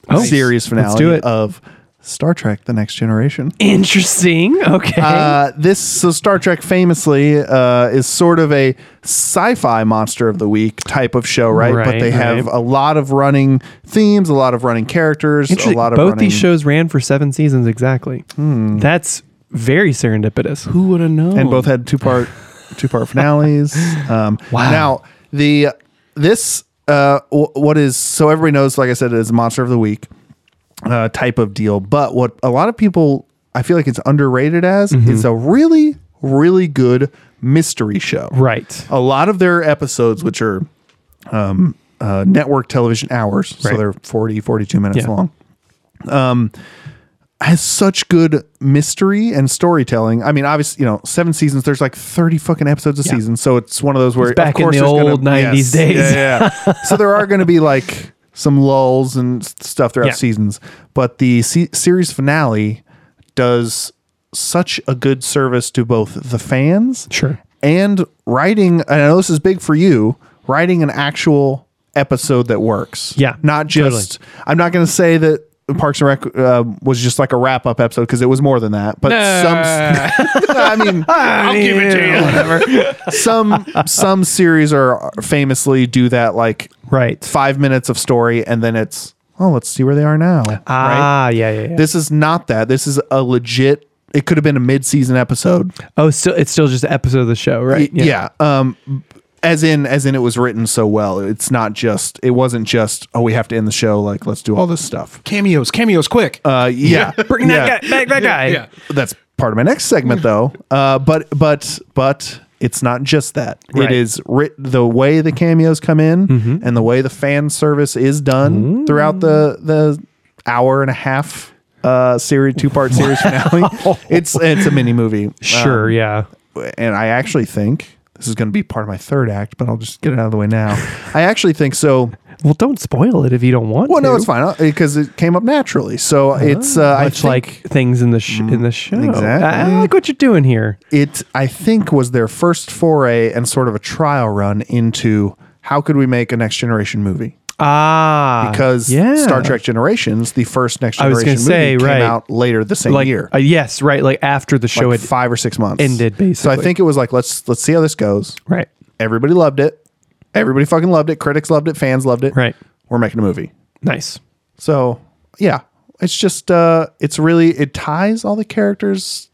Oh.
series finale
Let's do it.
of Star Trek: The Next Generation.
Interesting. Okay.
Uh, this so Star Trek famously uh, is sort of a sci-fi monster of the week type of show, right?
Right,
but they have
right.
a lot of running themes, a lot of running characters, a
Interesting.
lot of
Both
running. Hmm.
these shows ran for seven seasons exactly. That's very serendipitous. Who would have known?
and both had two part two part finales. Um,
Wow.
Now the this uh, w- what is so everybody knows, like I said, it is monster of the week uh, type of deal. But what a lot of people I feel like it's underrated as
Mm-hmm.
is a really really good mystery show.
right.
a lot of their episodes which are um, uh, network television hours so
Right.
they're 40 42 minutes
Yeah.
long um, has such good mystery and storytelling i mean obviously you know seven seasons there's like 30 fucking episodes a season so it's one of those where
It's back
of
in
course
the
there's gonna-
old 90s days.
yeah, yeah. so there are going to be like some lulls and s- stuff throughout
Yeah.
seasons but the se- series finale does such a good service to both the fans
Sure.
and writing and I know this is big for you, writing an actual episode that works.
Yeah,
Not just I'm not going to say that Parks and Rec uh, was just like a wrap up episode because it was more than that, but some I mean
I'll give it to you.
some some series are famously do that like
Right.
5 minutes of story and then it's oh, let's see where they are now.
Ah, yeah, yeah. yeah.
This is not that. This is a legit it could have been a mid-season episode.
oh, still, it's still just an episode of the show, right?
Y- yeah. Um, as in, as in, it was written so well. It's not just. It wasn't just. Oh, we have to end the show. Like, let's do all this stuff.
Cameos, cameos, quick.
Uh, yeah.
Bring
Yeah.
that guy back, that guy.
Yeah.
That's part of my next segment, though. Uh, but but but it's not just that.
Right. Mm-hmm.
It is writ- the way the cameos come in and the way the fan service is done throughout the the hour and a half uh series two part series finale. It's it's a mini movie.
Oh. Sure,
Um,
yeah.
and I actually think this is going to be part of my third act, but I'll just get it out of the way now. I actually think so.
Well, don't spoil it if you don't want
Well,
to.
no, it's fine because it came up naturally. So it's uh, I
Oh, Much
think Mm,
like things in the sh- in the show.
exactly.
I, I like what you're doing here.
it. I think was their first foray and sort of a trial run into how could we make a next generation movie
Ah,
because
yeah.
Star Trek Generations, the first next
I was
generation movie,
gonna say,
came
right.
out later the same
like
year.
uh, yes, right, like after the show
like
had
five or six months
ended,
So I
basically.
think it was like let's let's see how this goes.
right,
Everybody loved it. Everybody fucking loved it. Critics loved it. Fans loved it.
Right.
We're making a movie.
nice.
So yeah, it's just uh, it's really it ties all the characters.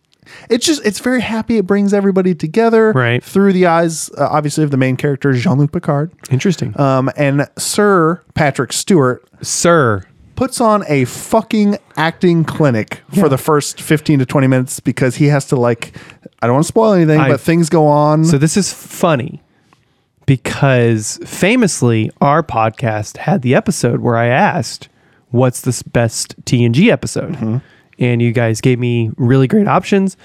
It's just it's very happy. It brings everybody together
Right.
through the eyes, uh, obviously, of the main character Jean Luc Picard.
Interesting,
Um, and Sir Patrick Stewart
sir.
puts on a fucking acting clinic for the first fifteen to twenty minutes because he has to like. I don't want to spoil anything,
I-
but things go on.
So this is funny because famously our podcast had the episode where I asked what's the s- best TNG episode.
Mm-hmm.
And you guys gave me really great options.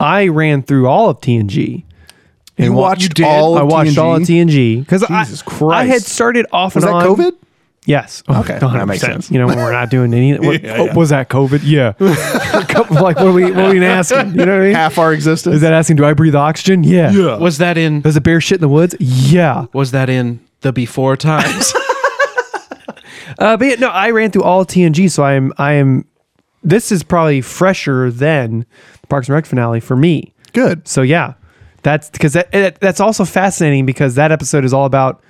I ran through all of TNG. And
You
wa-
watched You did? all of
I watched all of TNG because I,
Jesus
I
Christ.
had started off
was
and
that
on.
COVID?
Yes. Oh,
Okay, that makes
100%.
sense.
You know, when we're not doing any. What, oh, Was that COVID? Yeah. like, what are we? What are we asking? You know what I mean?
Half our existence.
Is that asking? Do I breathe oxygen? Yeah. Yeah.
Was that in?
Does a bear shit in the woods? Yeah.
Was that in the before times?
Uh, but yeah, no, I ran through all TNG, so I am. I am. This is probably fresher than the Parks and Rec finale for me.
good?
So yeah, that's because that, it- that's also fascinating because that episode is all about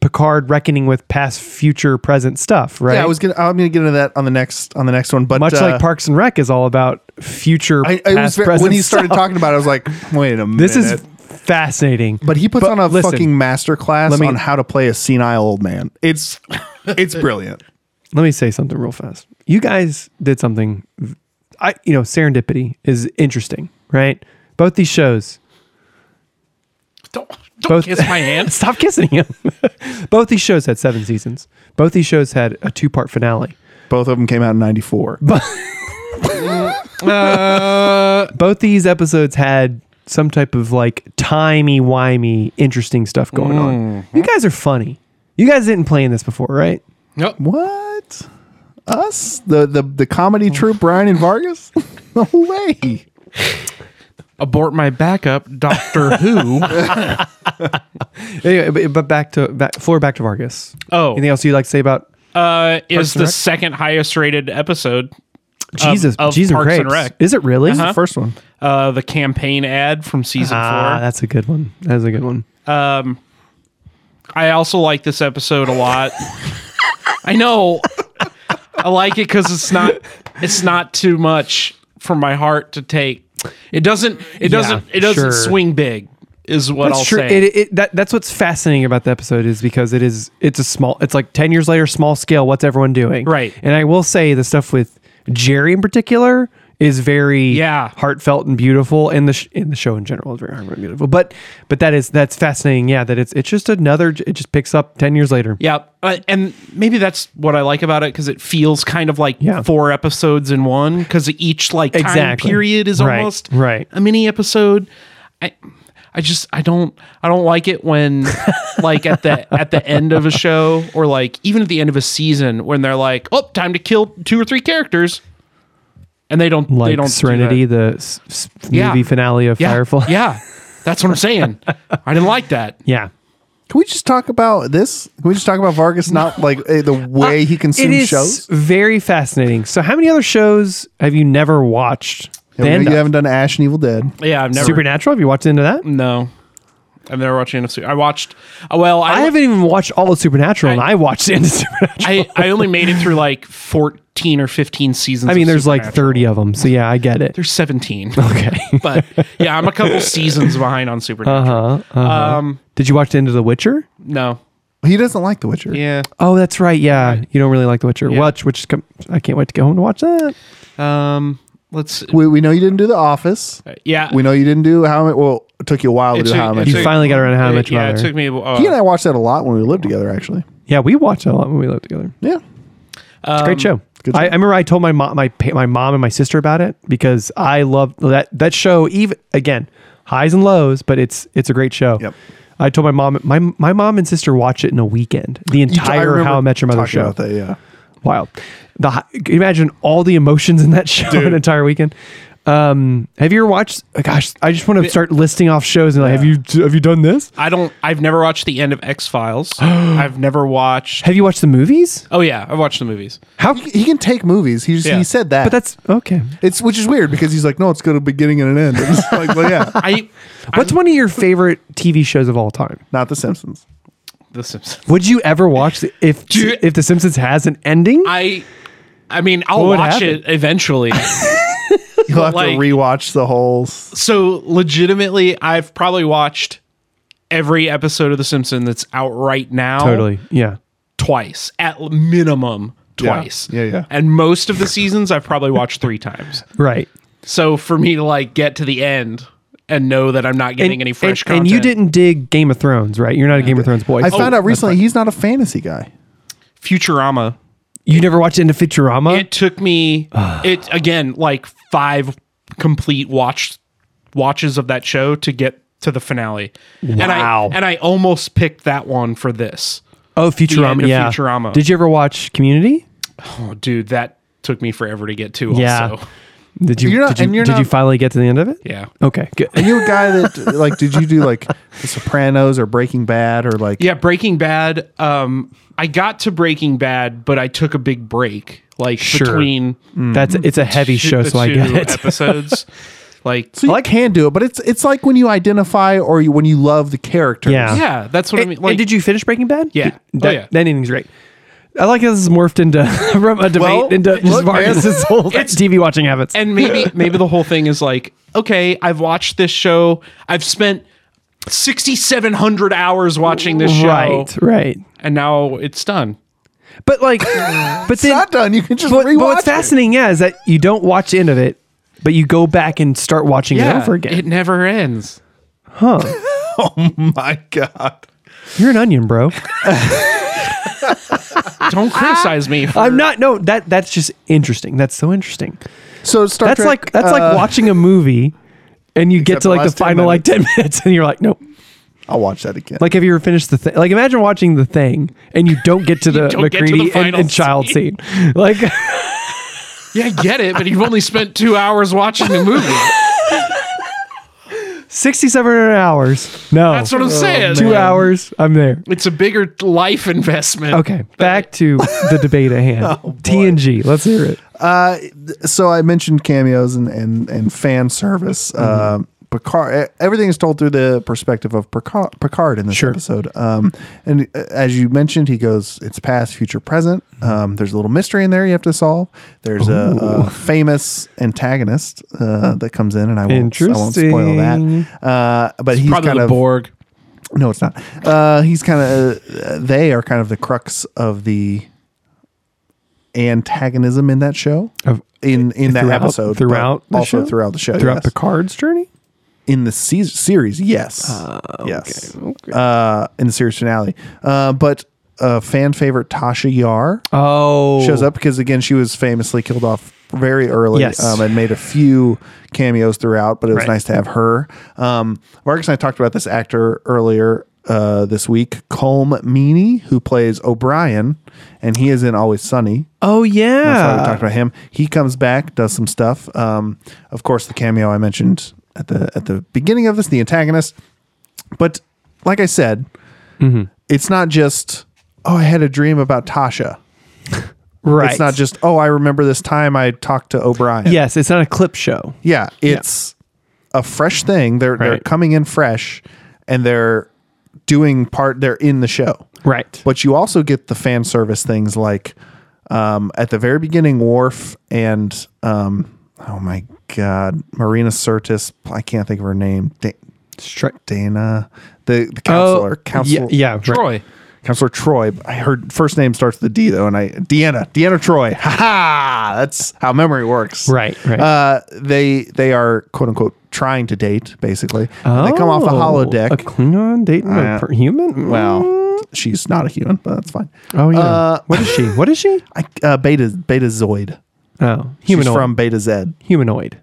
Picard reckoning with past, future, present stuff, right?
Yeah, I was gonna. I'm gonna get into that on the next on the next one. But
much
uh,
like Parks and Rec is all about future,
I, I
past,
was very,
present.
when he started
stuff.
talking about it, I was like, wait a minute.
this is fascinating.
but he puts on a
listen,
fucking master class
let me-
on how to play a senile old man. It's it's brilliant.
let me say something real fast. You guys did something. v- I you know serendipity is interesting, right? Both these shows
Don't-
Don't
Both-
kiss my hand.
Stop kissing him. Both these shows had seven seasons. Both these shows had a two part finale.
Both of them came out in '94.
uh,
Both these episodes had some type of like timey wimey interesting stuff going on.
Mm-hmm.
You guys are funny. You guys didn't play in this before, right?
Nope.
What? Us? The the the comedy
Oh.
troupe Brian and Vargas? No way.
abort my backup, Doctor Who.
Anyway, but, but back to back, floor back to Vargas.
Oh,
Anything else you'd like to say about
Uh, is
and
the
Rec?
second highest rated episode.
Jesus?
Um, of
Jesus
Parks and
Christ.
Rec. Uh-huh.
Is it really?
First one.
Uh, the campaign ad from season
Ah, that's a good one. That's a good one.
four. I also like this episode a lot. I know. I like it because it's not. It's not too much for my heart to take. It doesn't. It doesn't. It doesn't
sure.
swing big. Is what
That's
I'll
true.
say.
It, it, that, that's what's fascinating about the episode is because it is it's a small it's like ten years later small scale. What's everyone doing?
Right.
And I will say the stuff with Jerry in particular is very
Yeah.
heartfelt and beautiful, and the sh- in the show in general is very heartfelt and beautiful. But but that is that's fascinating. Yeah, that it's it's just another. It just picks up ten years later.
Yeah, uh, and maybe that's what I like about it because it feels kind of like
Yeah.
four episodes in one because each like time
Exactly.
period is
Right,
almost
right.
a mini episode. I I just I don't I don't like it when like at the at the end of a show or like even at the end of a season when they're like oh time to kill two or three characters and they don't
Like
they don't do
Serenity,
that.
the s- s-
Yeah.
movie finale of
yeah,
Firefly.
yeah that's what I'm saying I didn't like that
yeah.
Can we just talk about this? Can we just talk about Vargas not like eh, the way he
Uh, It
consumes
is
shows?
very fascinating. So, how many other shows have you never watched?
You
Then-
haven't done Ash and Evil Dead.
yeah I've never
Supernatural. Have you watched into that?
no. I've never watched enough. I watched. uh, Well, I,
I haven't even watched all of Supernatural, and I watched into Supernatural.
I, I only made it through like 14 or 15 seasons.
I mean,
of
there's like
Supernatural.
30 of them, so yeah, I get it.
There's 17.
Okay.
but yeah, I'm a couple seasons behind on Supernatural.
Uh-huh, uh-huh. Did you watch the end of The Witcher?
No.
He doesn't like The Witcher.
Yeah.
Oh, that's right. Yeah, you don't really like The Witcher.
Yeah.
Watch, which is com- I can't wait to go home and watch that.
Um, let's.
We, we know you didn't do The Office.
Uh, Yeah.
We know you didn't do how many. Well, it took you a while to
It
do
took-
how
it
many.
You
took-
finally got around to How I Met Your
Yeah, it
Mother.
took me. Uh,
He and I watched that a lot when we lived together. Actually,
Yeah, we watched it a lot when we lived together.
yeah.
It's a great Um, show.
good
I, I
show.
remember I told my mom, my pa- my mom and my sister about it because I love that that show. Even again, highs and lows, but it's it's a great show.
Yep.
I told my mom, my my mom and sister watch it in a weekend. The entire
remember
How I Met Your Mother
talking
show.
About that, yeah.
Wild. The hi- can you imagine all the emotions in that show an entire weekend. Um, have you ever watched? oh, gosh, I just want to start listing off shows and like, have you have you done this?
I don't. I've never watched the end of X Files. I've never watched.
Have you watched the movies?
Oh, yeah. I've watched the movies.
How?
He, he can take movies. He just,
Yeah.
he said that.
But that's okay.
It's which is weird because he's like, no, it's got a beginning and an end. It's like, well, yeah,
I.
What's one of your favorite TV shows of all time?
not The Simpsons.
The Simpsons.
Would you ever watch the, if
Dude.
if The Simpsons has an ending?
I. I mean, I'll
What would
watch
happen?
it eventually.
You'll have
like-
to rewatch the whole. s-
so legitimately i've probably watched every episode of the simpsons that's out right now
totally. Yeah.
twice at l- minimum twice
Yeah, yeah.
and most of the seasons i've probably watched three times
Right.
so for me to like get to the end and know that i'm not getting any fresh
and,
content
you didn't dig Game of Thrones, right? You're not a Game of Thrones boy.
Oh,
Oh,
I found out recently he's not a fantasy guy.
futurama
you never watched Into Futurama.
it took me it again like five complete watch watches of that show to get to the finale and i
Wow.
and i almost picked that one for this
oh,
end
Futurama.
of
Yeah.
Futurama.
Did you ever watch Community?
Oh, dude, that took me forever to get to.
Yeah.
Also.
Did you?
You're not-
did you,
and you're
did you
not-
finally get to the end of it?
Yeah.
Okay. Good.
Are you a guy that like? Did you do like The Sopranos or Breaking Bad or like?
Yeah. Breaking Bad. Um, I got to Breaking Bad, but I took a big break, like
Sure. Mm-hmm.
between
That's it's a heavy show,
the
so I
Hmm. two
get it.
episodes. like,
So you can do it, but it's it's like when you identify or you, when you love the character.
Yeah.
yeah, that's what I
And,
mean. Like,
and did you finish Breaking Bad?
Yeah.
Did-
Oh,
That,
yeah.
that ending's great. I like how this is morphed into from a debate
Well,
into just
look, man.
Vargas's whole
It's-
TV watching habits.
and maybe maybe the whole thing is like, okay, I've watched this show. I've spent sixty seven hundred hours watching this show,
right, right.
and now it's done.
But like, but
It's
then
not done. You can just
But, but
rewatch.
what's
it.
fascinating, yeah, is that you don't watch the end of it, but you go back and start watching it over again.
it never ends.
huh?
oh my god.
You're an onion, bro.
Don't criticize me. for-
I'm not. No, that that's just interesting. That's so interesting.
So Star
That's
Trek,
like that's like
uh,
watching a movie, and you get
Except
to
the
like the
last 10
final like ten minutes, and you're like, nope.
I'll watch that again.
Like, have you ever finished the thing? Like, imagine watching the thing, and you don't get to the
don't get to the
McCready and,
final
and child scene. Like,
yeah, I get it, but you've only spent two hours watching the movie.
sixty-seven hundred hours. No,
That's what I'm saying.
Two hours. I'm there.
It's a bigger life investment.
Okay, back to the debate at hand.
Oh,
TNG. Let's hear it.
Uh, th- so I mentioned cameos and and, and fan service.
Mm-hmm.
Um, Picard, e- everything is told through the perspective of Picard, Picard in this episode. Um, and uh, as you mentioned, he goes, it's past, future, present.
Mm-hmm.
Um, there's a little mystery in there you have to solve. There's a, a famous antagonist uh, that comes in, and I won't, I won't spoil
Interesting.
that. Uh, but he's
Probably
kind
the
of
Borg.
no, it's not. Uh, he's kind of. Uh, they are kind of the crux of the antagonism in that show.
Of-
in in that
throughout-
episode, but
throughout the
also
show?
throughout the show,
Throughout
yes.
Picard's journey.
in the se- series, yes,
Oh,
yes, Uh, in the series finale. Uh, but uh, fan favorite Tasha Yar
Oh,
shows up because again she was famously killed off very early
Yes.
um, and made a few cameos throughout but it was
Right.
nice to have her um, marcus and i talked about this actor earlier uh, this week colm meaney who plays o'brien and he is in always sunny
Oh
that's why we
yeah.
talked about him he comes back does some stuff um, of course the cameo i mentioned at the at the beginning of this the antagonist but like i said
Mm-hmm.
it's not just oh i had a dream about tasha
Right.
it's not just, oh, I remember this time I talked to O'Brien.
Yes, it's not a clip show.
Yeah. It's a fresh thing. They're they're
Right.
coming in fresh and they're doing part they're in the show.
Right.
But you also get the fan service things like um, at the very beginning, Worf and um, oh my god, Marina Sirtis. I can't think of her name. Da-
Strike.
Dana, the, the counselor,
Oh, yeah,
counselor,
yeah, right.
Troy.
Counselor Troy. I heard first name starts with a D though, and I Deanna, Deanna Troy. Ha ha! That's how memory works.
Right, right.
Uh, they they are quote unquote trying to date basically. And They come off the
Oh,
holodeck.
A Klingon dating
Uh,
a per- human?
well, she's not a human, but that's fine.
Oh yeah.
Uh,
what is she? What is she?
I, uh, beta Beta Zoid.
Oh,
She's
humanoid.
from Beta Z.
humanoid.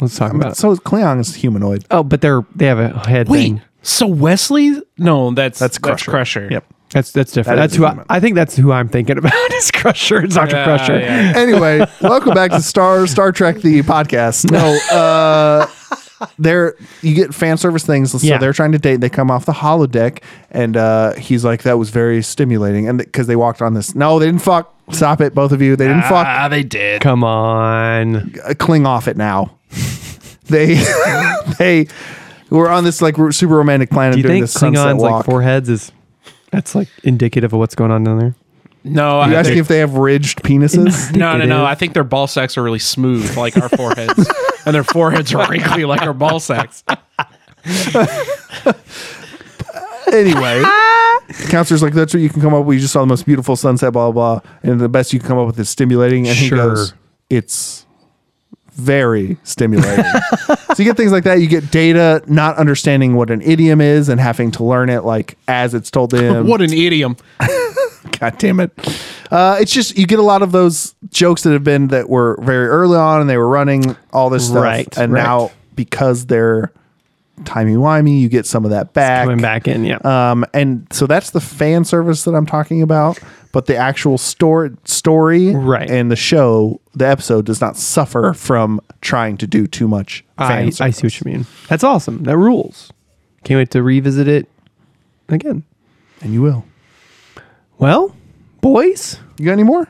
Let's talk about.
So Klingon is humanoid.
oh, but they're they have a head
Wait,
thing.
so Wesley? No, that's
That's Crusher. Yep.
That's that's different.
That
that's
is
who
a
I,
human.
I think. That's who I'm thinking about. Is Crusher? It's Doctor
Yeah,
Crusher.
yeah.
anyway, welcome back to Star Star Trek the podcast. No, uh they're you get fan service things, so
Yeah.
they're trying to date. They come off the holodeck, and uh he's like, "That was very stimulating," and because they walked on this. No, they didn't fuck. Stop it, both of you. They didn't fuck.
Ah, they did.
Come on.
Uh, Cling off it now. They they were on this like ro- super romantic planet
Do you
doing
think
this sunset
Klingons like
walk.
foreheads is? That's like indicative of what's going on down there.
No,
you
I
asking
think,
if they have ridged penises?
no, no,
it
no.
is.
I think their ball sacks are really smooth, like our foreheads, and their foreheads are wrinkly like our ball sacks.
Um, anyway, counselor's like, that's what you can come up with. You just saw the most beautiful sunset, blah, blah, blah. And the best you can come up with is stimulating. And he
Sure.
goes, it's very stimulating. so you get things like that. You get data not understanding what an idiom is and having to learn it like as it's told to him.
What an idiom!
God damn it. Uh, it's just you get a lot of those jokes that have been that were very early on and they were running all this stuff.
Right,
and
right.
now because they're timey wimey, you get some of that back.
Coming back in. Yeah.
Um, and so that's the fan service that I'm talking about, but the actual story, story,
Right.
and the show, the episode does not suffer from trying to do too much.
I,
Fan
I see what you mean. That's awesome. That rules. Can't wait to revisit it again.
and you will.
Well, boys,
You got any more?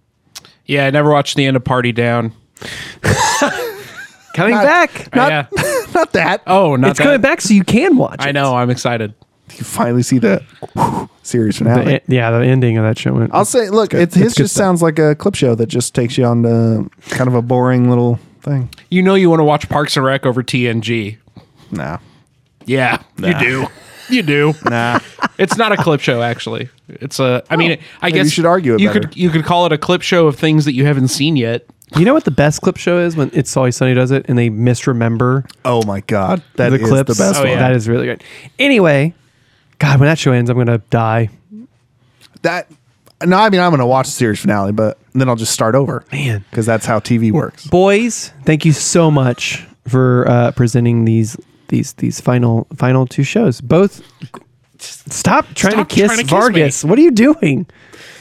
Yeah, I never watched the end of Party Down.
coming back.
yeah.
Not that.
Oh, not
it's
that.
coming back, so you can watch.
I
it.
know. I'm excited.
You finally see the whew, series
The
finale.
en- yeah, the ending of that show. Went,
I'll say, look, it's, his just sounds like a clip show that just takes you on to kind of a boring little thing.
You know you want to watch Parks and Rec over TNG.
Nah,
Yeah, you do. You do.
nah.
It's not a clip show, actually. It's a. I mean, I guess
Oh, you should argue it
You
better.
could you could call it a clip show of things that you haven't seen yet.
You know what the best clip show is when it's Always Sunny does it and they misremember
Oh my god, that
the
is
clips.
the best
Oh,
one.
yeah. That is really good. Anyway, God, when that show ends, I'm gonna die.
That no, I mean I'm gonna watch the series finale, but then I'll just start over,
Man.
because that's how TV works.
Boys, thank you so much for uh, presenting these these these final final two shows. Both. Stop trying
Stop
to kiss
trying to kiss
Vargas. what are you doing?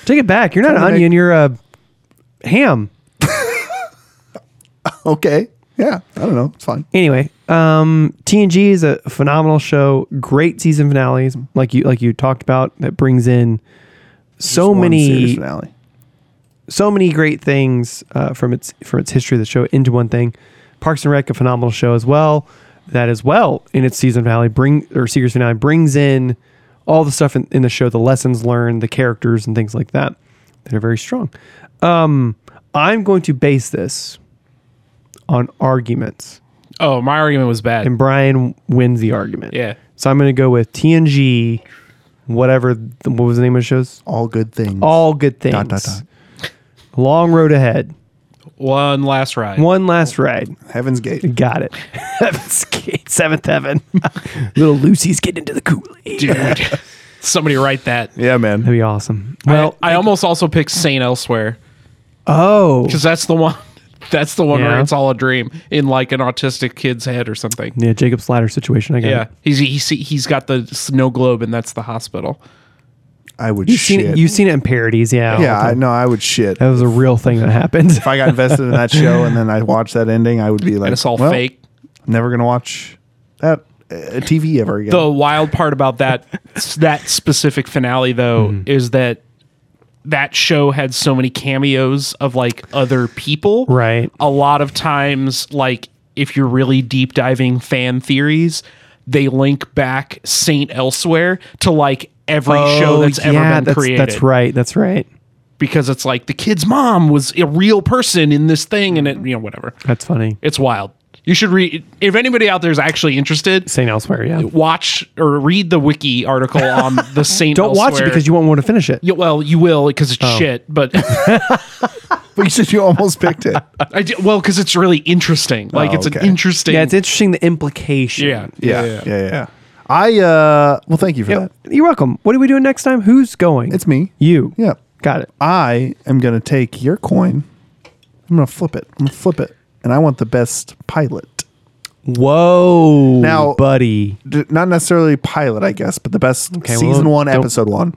Take it back. You're not an
Trying to
onion. You're a ham.
Okay, yeah, I don't know, it's fine.
Anyway, um, TNG is a phenomenal show. Great season finales, like you like you talked about, that brings in so
Just one series
many
finale.
so many great things uh, from its from its history of the show into one thing. Parks and Rec, a phenomenal show as well. That as well in its season finale bring or series finale brings in all the stuff in, in the show, the lessons learned, the characters and things like that that are very strong. Um, I'm going to base this on arguments,
Oh, my argument was bad.
and Brian wins the argument.
Yeah.
So I'm going to go with TNG, whatever. The, what was the name of the shows?
All good things.
All good things.
Dot, dot, dot.
Long road ahead.
One last ride.
One last ride.
Heaven's Gate.
Got it. Heaven's Gate, seventh heaven. Little Lucy's getting into the Kool Aid.
Dude. Somebody write that.
Yeah, man.
That'd be awesome.
Well,
Well,
I, almost also picked Sane Elsewhere
oh,
because that's the one. That's the one where
Yeah.
it's all a dream in like an autistic kid's head or something.
yeah, Jacob's ladder situation. I got
Yeah,
it.
he's he's he's got the snow globe and that's the hospital.
I would
You've seen
shit.
it. You've seen it in parodies. Yeah. all the
yeah, I
time.
know. I would shit.
that was a real thing that happened.
if I got invested in that show and then I watched that ending, I would be like,
And it's all
"Well,
fake.
Never gonna watch that uh, TV ever again.
The wild part about that that specific finale though
Mm-hmm.
is that that show had so many cameos of like other people.
Right.
A lot of times like if you're really deep diving fan theories, they link back Saint Elsewhere to like every show that's ever been
Oh, that's,
created.
That's right. That's right.
Because it's like the kid's mom was a real person in this thing and it you know whatever.
That's funny.
It's wild. You should read if anybody out there is actually interested,
Saying elsewhere. Yeah.
watch or read the wiki article on the Saint.
Don't watch it because Oh. you won't want to finish it.
Yeah, well, you will because it's shit, but
but you said you almost picked it.
I do, well because it's really interesting. Like
Oh,
it's an
okay.
interesting.
Yeah, it's interesting the implication.
yeah,
Yeah, yeah, yeah. I uh, well, thank you for
Yeah,
that.
You're welcome. What are we doing next time? Who's going?
It's me.
You.
Yeah,
Got it.
I am gonna take your coin. I'm gonna flip it. I'm gonna flip it, and I want the best pilot.
Whoa,
Now-
buddy.
D- Not necessarily pilot, I guess, but the best
Okay, well,
season one,
don't-
episode one.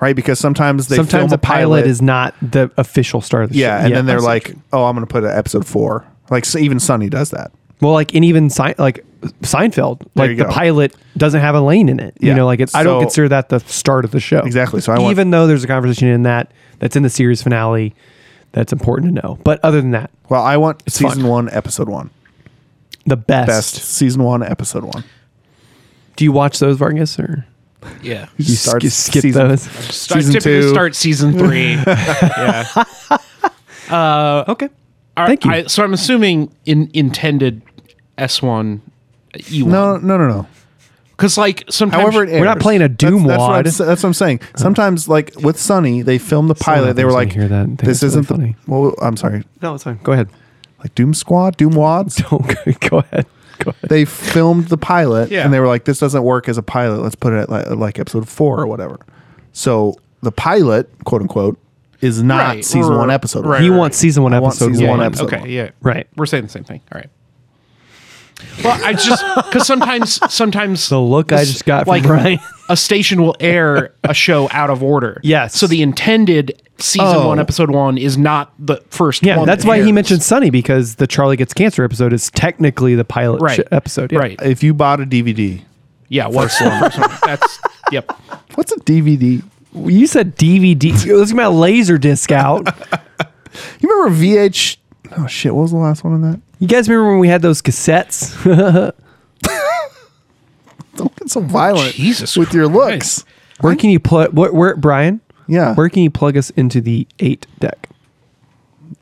Right, because sometimes they
Sometimes
film
a pilot, is not the official start of the
yeah,
show.
and then
I
they're
see.
like, oh, I'm gonna put it at episode four. Like so even Sunny does that.
well, like, and even Sein- like Seinfeld, like
you
the
go.
pilot doesn't have a lane in it. You
Yeah.
know, like it's, I don't
So-
consider that the start of the show.
Exactly. So I want-
even though there's a conversation in that that's in the series finale, that's important to know. But other than that,
Well, I want
fun.
season one, episode one.
the best.
Best season one, episode one.
Do you watch those Vargas or
yeah.
you sk-
Starts
skip
season-
those?
I
Season
typically
two.
start season three. yeah.
okay.
All
Thank you.
right, I- so I'm assuming in intended S one. E1.
No, no, no, no.
because like sometimes
However, it
We're not
airs.
playing a
That's-
Doom
that's, what I'm
wad. Uh-huh.
s- That's, what I'm saying. Sometimes, like with Sunny, they filmed the
Someone out
pilot. They
there's
were
gonna
like,
hear that and think
"This
it's really
isn't
funny.
the." Well, I'm sorry.
No, it's fine. Go ahead.
Like Doom Squad, Doom Wads.
Don't go ahead. Go ahead.
They filmed the pilot,
Yeah.
and they were like, "This doesn't work as a pilot. Let's put it at like, like episode four or whatever." So the pilot, quote unquote, is not
Right.
season
Right.
one, episode
Right.
He
one.
wants season one,
I want
episode
season
one.
one, episode
okay,
one.
yeah,
Right.
We're saying the same thing. All right. Well, I just because sometimes sometimes
The look I just got from Brian.
a station will air a show out of order.
Yes.
So the intended season
Oh.
one, episode one, is not the first.
Yeah,
one
that's
that
why he
airs.
mentioned Sunny because the Charlie Gets Cancer episode is technically the pilot
Right.
sh- episode. yeah.
Right.
If you bought a DVD,
Yeah. What's first one. That's yep.
what's a DVD?
You said DVD. Let's get my laser disc out.
You remember VH? Oh shit! What was the last one on that?
you guys remember when we had those cassettes?
Don't get so violent
Jesus
with your looks.
Christ.
where can you plug? Where, where, Brian?
Yeah.
Where can you plug us into the eight deck?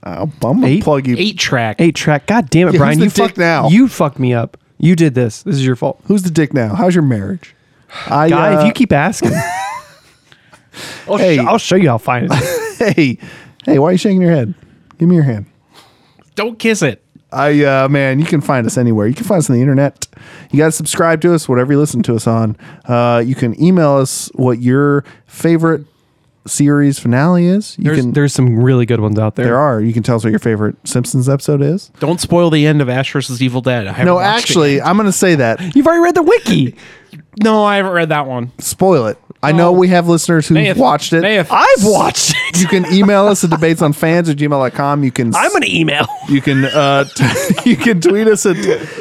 I'll, I'm gonna
Eight-
plug you.
Eight track.
Eight track. God damn it,
Yeah,
Brian!
who's the
you
dick
fucked
now?
You fucked me up. You did this. This is your fault,
Who's the dick now? How's your marriage? I,
guy.
uh,
if you keep asking, I'll, sh-
Hey.
I'll show you how fine it is.
hey, hey, why are you shaking your head? Give me your hand.
Don't kiss it.
I uh, man, you can find us anywhere. You can find us on the internet. You got to subscribe to us, whatever you listen to us on. Uh, you can email us what your favorite series finale is. You
There's,
can
there's some really good ones out there.
there are. You can tell us what your favorite Simpsons episode is.
Don't spoil the end of Ash versus Evil Dead. I haven't
No,
watched it
actually, I'm going to say that.
You've already read the wiki.
yet. no, I haven't read that one.
Spoil it. I know we have listeners who Oh. have
Nath-
watched it.
Nath.
I've watched it.
You can email us at debatesonfans at gmail.com. You can
I'm gonna email.
You can uh, t- you can tweet us at,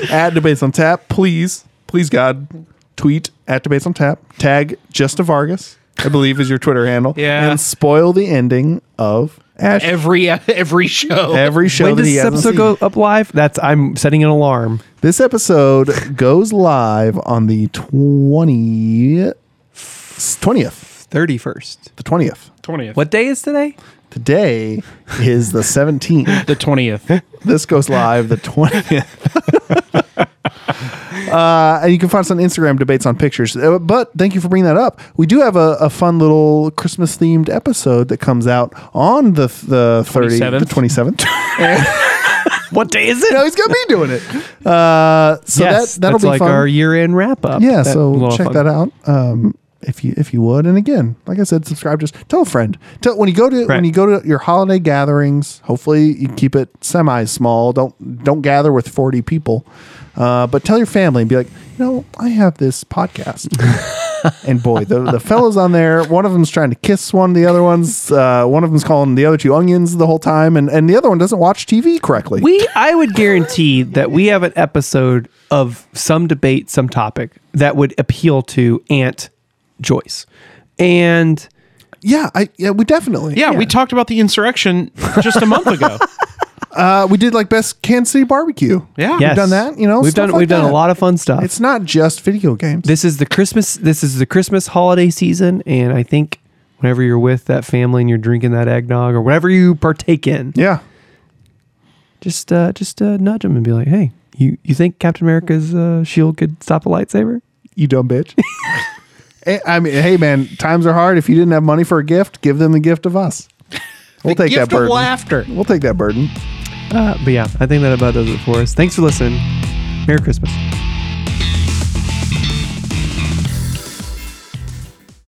at debates on tap. Please, please, God, tweet at debates on tap. Tag Justa Vargas, I believe, is your Twitter handle.
Yeah.
and spoil the ending of Ash every,
Every every show.
show
When
that
does
he
this
hasn't
episode
seen.
go up live? That's I'm setting an alarm.
This episode goes live on the twentieth, twentieth,
Thirty first.
the twentieth.
twentieth.
What day is today?
Today is the seventeenth.
The twentieth.
this goes live the 20th. uh, and you can find us on Instagram debates on pictures. Uh, But thank you for bringing that up. We do have a, a fun little Christmas themed episode that comes out on the the 30th, the
27th.
27th.
What day is it?
no, he's gonna be doing it. Uh, so
yes,
that that'll
that's
be
like
fun.
our year end wrap up.
yeah,
That
so
little
check
fun-
that out. Um, if you if you would, and again, like I said, subscribe. Just tell a friend. Tell when you go to when
Right.
you go to your holiday gatherings. Hopefully, you keep it semi small. Don't don't gather with forty people. Uh, but tell your family and be like, you know, I have this podcast. and boy, the, the fellows on there, one of them's trying to kiss one, the other one's uh, one of them's calling the other two onions the whole time, and, and the other one doesn't watch TV correctly.
We, I would guarantee that we have an episode of some debate, some topic that would appeal to Aunt Joyce, and
yeah, I yeah, we definitely
Yeah, we talked about the insurrection just a month ago.
Uh, we did like best Kansas City barbecue.
Yeah.
yes,
done that, you know,
we've
stuff
done
like
we've done
that.
a lot of fun stuff.
It's not just video games.
this is the Christmas. This is the Christmas holiday season, and I think whenever you're with that family and you're drinking that eggnog or whatever you partake in,
yeah.
just uh, just uh, nudge them and be like, "Hey, you you think Captain America's uh, shield could stop a lightsaber?"
You dumb bitch. Eh, I mean, hey man, times are hard. If you didn't have money for a gift, give them the gift of us. We'll take that
Gift
burden.
of laughter.
We'll take that burden.
Uh, but yeah, I think that about does it for us. Thanks for listening. Merry Christmas.